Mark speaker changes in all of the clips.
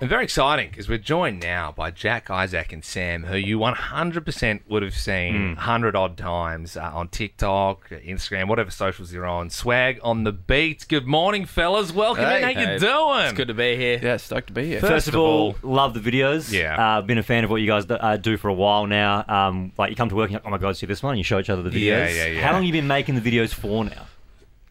Speaker 1: And very exciting because we're joined now by Jack, Isaac, and Sam, who you 100% would have seen
Speaker 2: Hmm.
Speaker 1: 100 odd times uh, on TikTok, Instagram, whatever socials you're on. Swag on the beat. Good morning, fellas. Welcome in.
Speaker 2: Hey.
Speaker 1: How
Speaker 2: Hey.
Speaker 1: you doing?
Speaker 2: It's good to be here.
Speaker 3: Yeah, stoked to be here.
Speaker 4: First, of all, love the videos.
Speaker 1: Yeah.
Speaker 4: Uh, been a fan of what you guys do, uh, do for a while now. Um, like you come to work and you're like, oh my god, see this one? You show each other the
Speaker 1: Yeah,
Speaker 4: videos.
Speaker 1: yeah, yeah.
Speaker 4: How long have you been making the videos for now?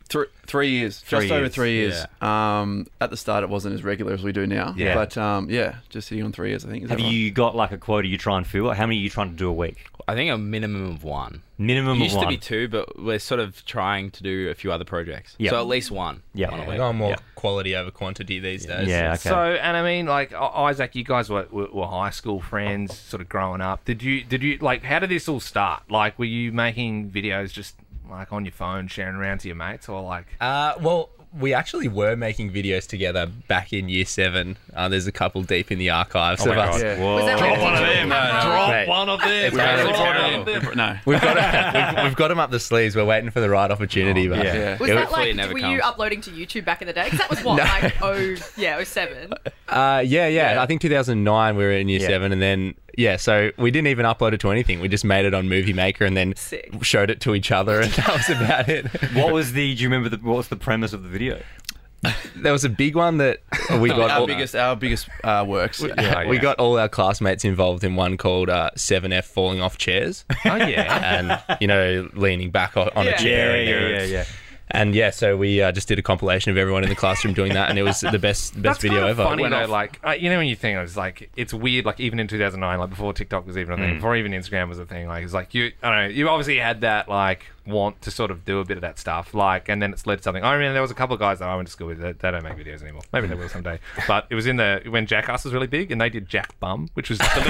Speaker 3: Three, three years, just over
Speaker 1: years,
Speaker 3: three years. Um, at the start, it wasn't as regular as we do now.
Speaker 1: Yeah.
Speaker 3: But um, yeah, just hitting on three years, I think. Is
Speaker 4: Have
Speaker 3: that right?
Speaker 4: you got like a quota you try and fill? Like, how many are you trying to do a week?
Speaker 2: I think a minimum of one.
Speaker 4: Minimum
Speaker 2: used
Speaker 4: of one.
Speaker 2: to be two, but we're sort of trying to do a few other projects.
Speaker 4: Yeah.
Speaker 2: So at least one.
Speaker 4: Yeah.
Speaker 2: One a
Speaker 4: Yeah.
Speaker 2: week.
Speaker 5: Like, I'm more
Speaker 4: Yeah.
Speaker 5: quality over quantity these days.
Speaker 4: yeah, okay.
Speaker 1: So, and I mean, like I- Isaac, you guys were, were, were high school friends, sort of growing up. Did you, did you, like, how did this all start? Like, were you making videos just like on your phone, sharing around to your mates, or like,
Speaker 5: Uh, well, we actually were making videos together back in year seven. Uh, there's a couple deep in the archives
Speaker 1: Oh
Speaker 5: of
Speaker 1: my
Speaker 5: us.
Speaker 1: God.
Speaker 3: Yeah.
Speaker 4: Whoa.
Speaker 1: drop one of them, drop
Speaker 5: Mate.
Speaker 1: one of them?
Speaker 5: It's kind of
Speaker 1: Drop one of
Speaker 5: terrible.
Speaker 1: them.
Speaker 3: No.
Speaker 5: We've got we've, we've got them up the sleeves. We're waiting for the right opportunity,
Speaker 4: Oh,
Speaker 5: but
Speaker 3: yeah. Yeah.
Speaker 6: Was
Speaker 5: It
Speaker 2: Yeah,
Speaker 6: that
Speaker 2: hopefully it
Speaker 6: like,
Speaker 2: never
Speaker 6: were
Speaker 2: comes.
Speaker 6: you uploading to YouTube back in the day? 'Cause that was what, like, oh, yeah, oh seven.
Speaker 5: Uh, yeah, yeah,
Speaker 3: Yeah.
Speaker 5: I think 2009 we were in year
Speaker 4: Yeah.
Speaker 5: seven, and then yeah, so we didn't even upload it to anything. We just made it on Movie Maker and then
Speaker 6: Sick.
Speaker 5: showed it to each other, and that was about it.
Speaker 4: what was the? Do you remember the? What was the premise of the video?
Speaker 5: there was a big one that we got
Speaker 3: Our
Speaker 5: all,
Speaker 3: biggest, our biggest uh, works.
Speaker 1: Yeah,
Speaker 5: we
Speaker 1: yeah.
Speaker 5: got all our classmates involved in one called uh, 7F falling off chairs.
Speaker 1: Oh yeah.
Speaker 5: and you know leaning back on, on
Speaker 6: Yeah.
Speaker 5: a chair and,
Speaker 4: yeah.
Speaker 5: and yeah so we uh, just did a compilation of everyone in the classroom doing that and it was the best the best video
Speaker 1: kind of
Speaker 5: ever
Speaker 1: Funny
Speaker 5: Went
Speaker 1: though,
Speaker 5: off.
Speaker 1: like uh, you know when you think it's like it's weird. Like even in 2009, like before TikTok was even a thing, before even Instagram was a thing, like it's like you, I don't know, you obviously had that like want to sort of do a bit of that stuff, like, and then it's led to something. I remember there was a couple of guys that I went to school with that they don't make videos anymore. Maybe they will someday, but it was in the when Jackass was really big, and they did Jack Bum, which was just, it's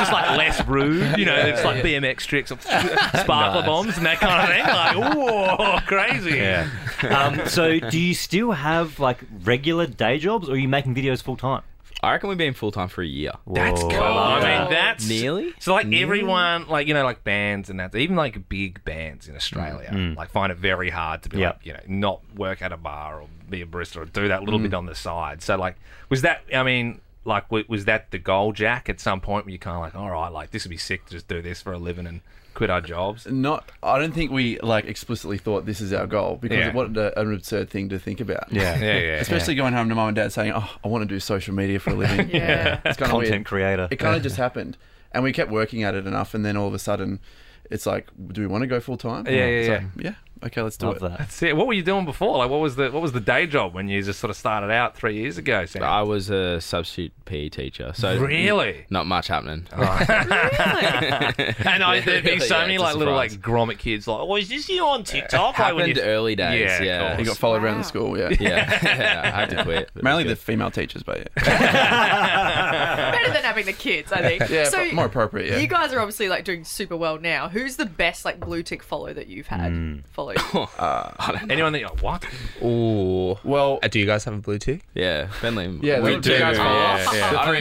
Speaker 1: just like less rude, you know, it's like BMX tricks, or sparkler bombs, and that kind of thing. Like, whoa, crazy. Yeah.
Speaker 4: Um, so, do you still have like regular day jobs, or are you making videos full time?
Speaker 2: I reckon we've been full time for a year.
Speaker 1: That's
Speaker 4: Whoa.
Speaker 1: cool. I
Speaker 6: Yeah.
Speaker 1: mean, that's
Speaker 2: Nearly?
Speaker 1: So like everyone, like you know, like bands and that, even like big bands in Australia, like find it very hard to be
Speaker 4: Yeah.
Speaker 1: like you know not work at a bar or be a barista or do that little bit on the side. So like, was that? I mean. Like w- was that the goal, Jack? At some point, where you kind of like, all right, like this would be sick to just do this for a living and quit our jobs.
Speaker 3: Not, I don't think we like explicitly thought this is our goal because
Speaker 1: Yeah.
Speaker 3: what a, an absurd thing to think about.
Speaker 1: Yeah, yeah.
Speaker 3: Especially going home to mum and dad saying, "Oh, I want to do social media for a living."
Speaker 6: Yeah.
Speaker 3: It's kind of
Speaker 4: Content
Speaker 3: weird.
Speaker 4: creator.
Speaker 3: It kind of just happened, and we kept working at it enough, and then all of a sudden, it's like, do we want to go full time?
Speaker 1: Yeah, yeah,
Speaker 3: So,
Speaker 1: yeah.
Speaker 3: yeah. Okay, let's do
Speaker 4: Love
Speaker 3: it.
Speaker 4: that.
Speaker 1: That's it. What were you doing before? Like, what was the what was the day job when you just sort of started out three years ago? Sam?
Speaker 2: I was a substitute PE teacher, so
Speaker 1: really?
Speaker 2: not much happening.
Speaker 1: And I,
Speaker 2: Yeah,
Speaker 1: there'd be
Speaker 2: really,
Speaker 1: so
Speaker 2: yeah,
Speaker 1: many
Speaker 2: it's a
Speaker 1: like little like
Speaker 2: surprise.
Speaker 1: grommet kids like, oh, is this you on TikTok? Like, when
Speaker 2: happened
Speaker 1: you-
Speaker 2: early days.
Speaker 1: Yeah,
Speaker 2: Yeah.
Speaker 1: of
Speaker 2: Yeah.
Speaker 1: course.
Speaker 3: You got followed around the school, yeah.
Speaker 2: yeah. I had to quit. but it
Speaker 3: Mainly the
Speaker 2: was
Speaker 3: female teachers, but yeah,
Speaker 6: Better than having the kids, I think.
Speaker 3: yeah
Speaker 6: so
Speaker 3: but more appropriate. Yeah.
Speaker 6: you guys are obviously like doing super well now. Who's the best like blue tick follow that you've had? Follow.
Speaker 1: Anyone that you're like, what?
Speaker 5: Ooh. Well,
Speaker 3: well,
Speaker 5: uh, do you guys have a blue tick?
Speaker 2: good. yeah. Bentley.
Speaker 3: Yeah,
Speaker 2: we
Speaker 3: those
Speaker 2: do.
Speaker 3: two
Speaker 2: Yeah,
Speaker 3: guys follow
Speaker 2: yeah,
Speaker 3: us.
Speaker 2: yeah. I don't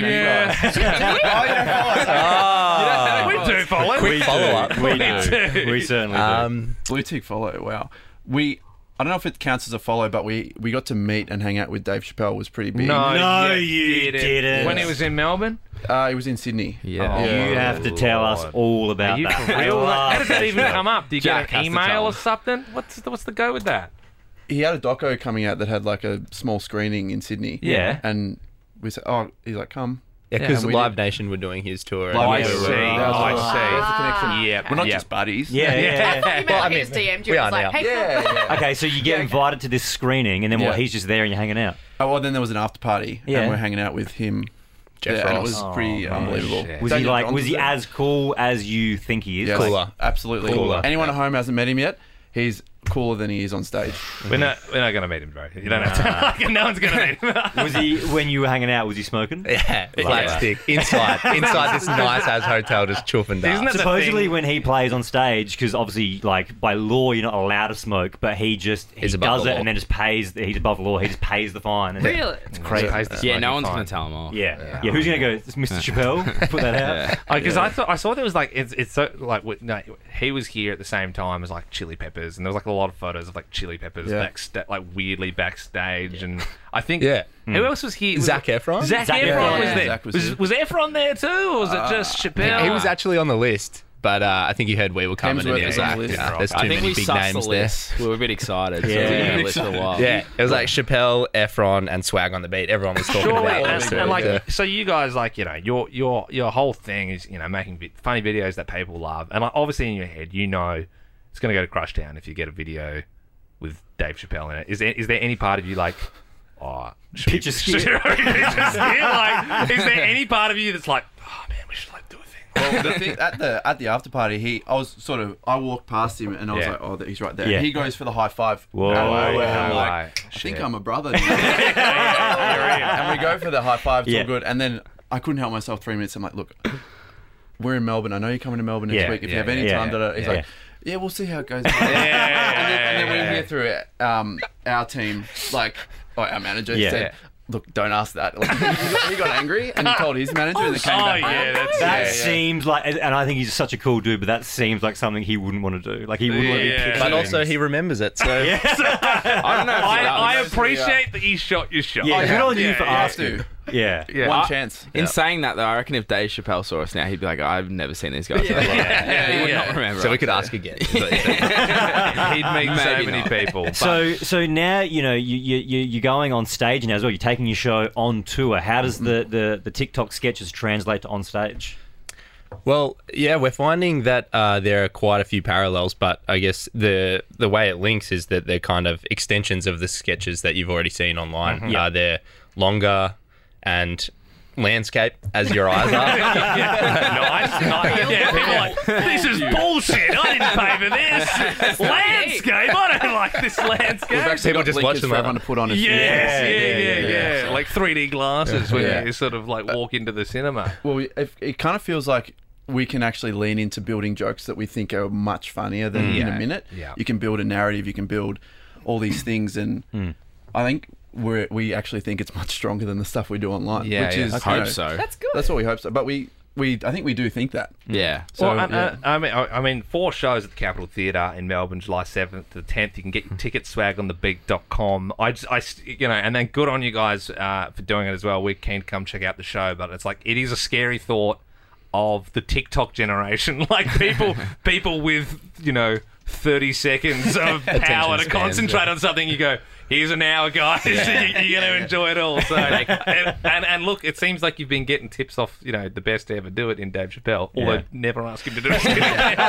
Speaker 2: even-
Speaker 1: we do follow.
Speaker 5: Quick follow up.
Speaker 4: We do. We certainly do.
Speaker 5: Um,
Speaker 3: blue tick follow. Wow, we. I don't know if it counts as a follow, but we we got to meet and hang out with Dave Chappelle was pretty big.
Speaker 1: No,
Speaker 4: No, you didn't.
Speaker 1: When he was in Melbourne?
Speaker 3: uh, he was in Sydney.
Speaker 2: Yeah.
Speaker 1: Oh,
Speaker 4: you
Speaker 1: my
Speaker 4: have to tell us
Speaker 1: Lord.
Speaker 4: all
Speaker 1: Are
Speaker 4: about
Speaker 1: you
Speaker 4: that.
Speaker 1: for real? Like, how does that even come up? Do you
Speaker 2: Jack
Speaker 1: get
Speaker 2: has
Speaker 1: an
Speaker 2: to
Speaker 1: email
Speaker 2: tell
Speaker 1: or
Speaker 2: us.
Speaker 1: something? What's the, what's the go with that?
Speaker 3: He had a doco coming out that had like a small screening in Sydney.
Speaker 4: Yeah.
Speaker 3: and we said, oh, he's like, come.
Speaker 5: Yeah, because
Speaker 3: we
Speaker 5: Live Nation were doing his tour. and
Speaker 3: Live
Speaker 5: we
Speaker 3: Nation.
Speaker 5: were- uh,
Speaker 3: I
Speaker 6: Ah,
Speaker 1: Yeah,
Speaker 6: okay.
Speaker 3: We're not just buddies.
Speaker 4: Yeah,
Speaker 6: I
Speaker 4: yeah.
Speaker 6: thought you meant like he just DM'd you
Speaker 5: we
Speaker 6: and
Speaker 5: are
Speaker 6: was like,
Speaker 5: now.
Speaker 6: hey,
Speaker 3: Yeah, yeah.
Speaker 4: okay, so you get invited to this screening, and then
Speaker 3: Yeah.
Speaker 4: what? He's just there, and you're hanging out.
Speaker 3: Oh, well, then there was an after party,
Speaker 4: Yeah.
Speaker 3: and we're hanging out with him.
Speaker 5: Jeff
Speaker 3: yeah, and it
Speaker 5: Ross.
Speaker 3: was pretty
Speaker 4: Oh,
Speaker 3: unbelievable.
Speaker 1: shit.
Speaker 4: Was he
Speaker 3: Daniel
Speaker 4: like?
Speaker 3: Johns
Speaker 4: Was he
Speaker 3: there.
Speaker 4: as cool as you think he is?
Speaker 3: Yes,
Speaker 4: Like,
Speaker 5: Cooler.
Speaker 3: Absolutely.
Speaker 5: Cooler.
Speaker 3: Anyone at home hasn't met him yet. He's cooler than he is on stage.
Speaker 1: We're not, we're not going to meet him, bro. You don't have to. no one's going to meet him.
Speaker 4: was he when you were hanging out? Was he smoking?
Speaker 5: Yeah,
Speaker 4: that.
Speaker 5: plastic inside inside this nice ass hotel, just chuffing down.
Speaker 1: Isn't that- the
Speaker 4: Supposedly,
Speaker 1: thing.
Speaker 4: when he plays on stage, because obviously, like by law, you're not allowed to smoke, but he just he
Speaker 5: He's above
Speaker 4: does
Speaker 5: the
Speaker 4: it
Speaker 5: law.
Speaker 4: and then just pays. He's above the law. He just pays the fine. And
Speaker 6: Really?
Speaker 4: It's crazy. Yeah,
Speaker 2: Yeah, no one's going to tell him off.
Speaker 4: yeah. Who's gonna go? It's Mr. Chappelle. Put that out.
Speaker 1: Because I thought I saw there was like it's it's so like w- no, he was here at the same time as like Chili Peppers and there was like a lot of photos of like Chili Peppers,
Speaker 3: Yeah.
Speaker 1: backsta- like weirdly backstage, and I think
Speaker 5: Yeah.
Speaker 1: Who else was here? Was
Speaker 5: Zac
Speaker 1: it-
Speaker 5: Efron?
Speaker 1: Zac,
Speaker 4: Zac
Speaker 1: Efron
Speaker 4: Efron.
Speaker 1: was
Speaker 6: Yeah.
Speaker 1: there.
Speaker 3: Zac was
Speaker 1: was,
Speaker 3: here.
Speaker 1: was Efron there too, or was it just Chappelle?
Speaker 5: He was actually on the list, but uh, I think you heard we were coming and
Speaker 3: Hemsworth
Speaker 5: it was
Speaker 3: was on
Speaker 5: like,
Speaker 3: the list.
Speaker 5: nah, there's too
Speaker 2: I think
Speaker 5: many
Speaker 2: we
Speaker 5: big
Speaker 2: sussed the
Speaker 5: names there.
Speaker 2: list. We were a bit excited. So
Speaker 4: Yeah.
Speaker 2: yeah. Been on the list for a while.
Speaker 5: Um, Yeah, it was like Chappelle, Efron, and Swag on the beat. Everyone was talking
Speaker 1: Surely,
Speaker 5: about
Speaker 1: and,
Speaker 5: this.
Speaker 1: and, like,
Speaker 5: Yeah.
Speaker 1: so you guys like, you know, your your your whole thing is, you know, making vi- funny videos that people love, and like, obviously in your head, you know, it's gonna go to Crush Town if you get a video with Dave Chappelle in it. Is there is there any part of you like, oh, should we-
Speaker 4: Pitch a
Speaker 1: should-
Speaker 4: skit.
Speaker 1: pitch a skit? Like, is there any part of you that's like, oh man, we should like do a thing?
Speaker 3: Well, the thing, at the at the after party, he I was sort of I walked past him and I was
Speaker 1: Yeah.
Speaker 3: like, oh, he's right there.
Speaker 4: Yeah.
Speaker 3: He goes for the high five.
Speaker 4: Whoa.
Speaker 3: And I'm
Speaker 4: Whoa,
Speaker 3: like,
Speaker 4: whoa,
Speaker 1: whoa.
Speaker 3: I think
Speaker 1: Shit.
Speaker 3: I'm a brother. and we go for the high five. It's
Speaker 4: Yeah.
Speaker 3: all good. And then I couldn't help myself. Three minutes. I'm like, look, we're in Melbourne. I know you're coming to Melbourne next
Speaker 4: Yeah,
Speaker 3: week. If
Speaker 1: yeah,
Speaker 3: you have any
Speaker 4: yeah,
Speaker 3: time, da, da, da." he's
Speaker 4: yeah.
Speaker 3: like. Yeah, we'll see how it goes.
Speaker 1: yeah,
Speaker 3: and, then, and then
Speaker 1: yeah,
Speaker 3: we hear through it, um, our team, like or our manager
Speaker 4: Yeah.
Speaker 3: said, "Look, don't ask that." Like, he, got, he got angry and he told his manager, and it
Speaker 1: Oh
Speaker 3: came back.
Speaker 1: yeah, that's
Speaker 4: That
Speaker 1: yeah, yeah.
Speaker 4: seems like, and I think he's such a cool dude, but that seems like something he wouldn't want to do. Like he wouldn't want to be
Speaker 1: Yeah.
Speaker 4: pictured.
Speaker 5: but also, he remembers it. So
Speaker 2: I don't know. If
Speaker 1: I,
Speaker 2: that
Speaker 1: I
Speaker 2: was-
Speaker 1: appreciate that he shot your shot.
Speaker 4: yeah, Oh, good on you
Speaker 1: Yeah,
Speaker 4: for
Speaker 1: yeah.
Speaker 4: asking. Yeah,
Speaker 1: Yeah.
Speaker 3: One
Speaker 2: I-
Speaker 3: chance.
Speaker 2: In saying that, though, I reckon if Dave Chappelle saw us now, he'd be like, "I've never seen these guys."
Speaker 6: Yeah.
Speaker 1: Yeah,
Speaker 2: he would
Speaker 1: yeah.
Speaker 2: not remember.
Speaker 5: so we
Speaker 2: us.
Speaker 5: could ask again. But,
Speaker 1: He'd meet so
Speaker 2: Maybe
Speaker 1: many
Speaker 2: not.
Speaker 1: people. but-
Speaker 4: So, so now you know you you you- you're going on stage now as well. You're taking your show on tour. How does the the, the TikTok sketches translate to on stage?
Speaker 5: Well, yeah, we're finding that uh, there are quite a few parallels, but I guess the the way it links is that they're kind of extensions of the sketches that you've already seen online. Uh, they're longer and landscape as your eyes are.
Speaker 1: yeah. nice. nice. Yeah, people are like, this is bullshit. I didn't pay for this. landscape. I don't like this landscape.
Speaker 5: People
Speaker 3: got
Speaker 5: just
Speaker 3: blinkers
Speaker 5: watch them
Speaker 3: for
Speaker 5: up.
Speaker 3: everyone to put on.
Speaker 1: Yeah,
Speaker 3: his-
Speaker 1: yeah, yeah, yeah,
Speaker 3: yeah,
Speaker 1: Like 3D glasses when
Speaker 3: Yeah.
Speaker 1: you sort of like walk into the cinema.
Speaker 3: Well, we, if, it kind of feels like we can actually lean into building jokes that we think are much funnier than in a minute.
Speaker 1: Yeah.
Speaker 3: You can build a narrative. You can build all these things, and I think we we actually think it's much stronger than the stuff we do online.
Speaker 1: Yeah,
Speaker 3: which
Speaker 1: yeah.
Speaker 3: is
Speaker 1: I
Speaker 3: you
Speaker 2: Hope
Speaker 3: know,
Speaker 2: so.
Speaker 6: That's good.
Speaker 3: That's what we hope so. But we we I think we do think that.
Speaker 2: Yeah.
Speaker 3: So,
Speaker 1: well, I,
Speaker 3: yeah.
Speaker 1: I, I mean, I, I mean, four shows at the Capitol Theatre in Melbourne, July seventh to the tenth. You can get your
Speaker 3: Hmm.
Speaker 1: ticket swag on thebig.com. I, just, I, s- you know, and then good on you guys uh, for doing it as well. We're keen to come check out the show, but it's like it is a scary thought of the TikTok generation, like people, people with you know thirty seconds of power to
Speaker 5: spans,
Speaker 1: concentrate on something. You go. Here's an hour, guys. you, you're going to enjoy it all. So, and, and, and look, it seems like you've been getting tips off, you know, the best to ever do it in Dave Chappelle. Although
Speaker 4: Yeah.
Speaker 1: never ask him to do it.
Speaker 3: How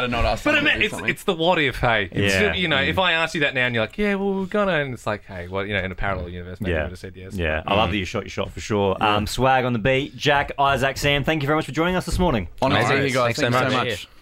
Speaker 3: to not ask.
Speaker 1: uh, but I
Speaker 3: someone to
Speaker 1: mean,
Speaker 3: do
Speaker 1: it's
Speaker 3: something.
Speaker 1: it's the what if, hey. It's,
Speaker 4: Yeah. Mm.
Speaker 1: You know, if I ask you that now and you're like, yeah, well, we're gonna, and it's like, hey, well, you know, in a parallel universe, maybe I would have said yes. Mm.
Speaker 4: Mm. Yeah, I love that you shot your shot for sure. Um, swag on the beat, Jack, Isaac, Sam. Thank you very much for joining us this morning.
Speaker 3: Honestly,
Speaker 5: Amazing.
Speaker 3: you guys,
Speaker 5: Thanks so
Speaker 3: thank you
Speaker 5: much.
Speaker 3: so much.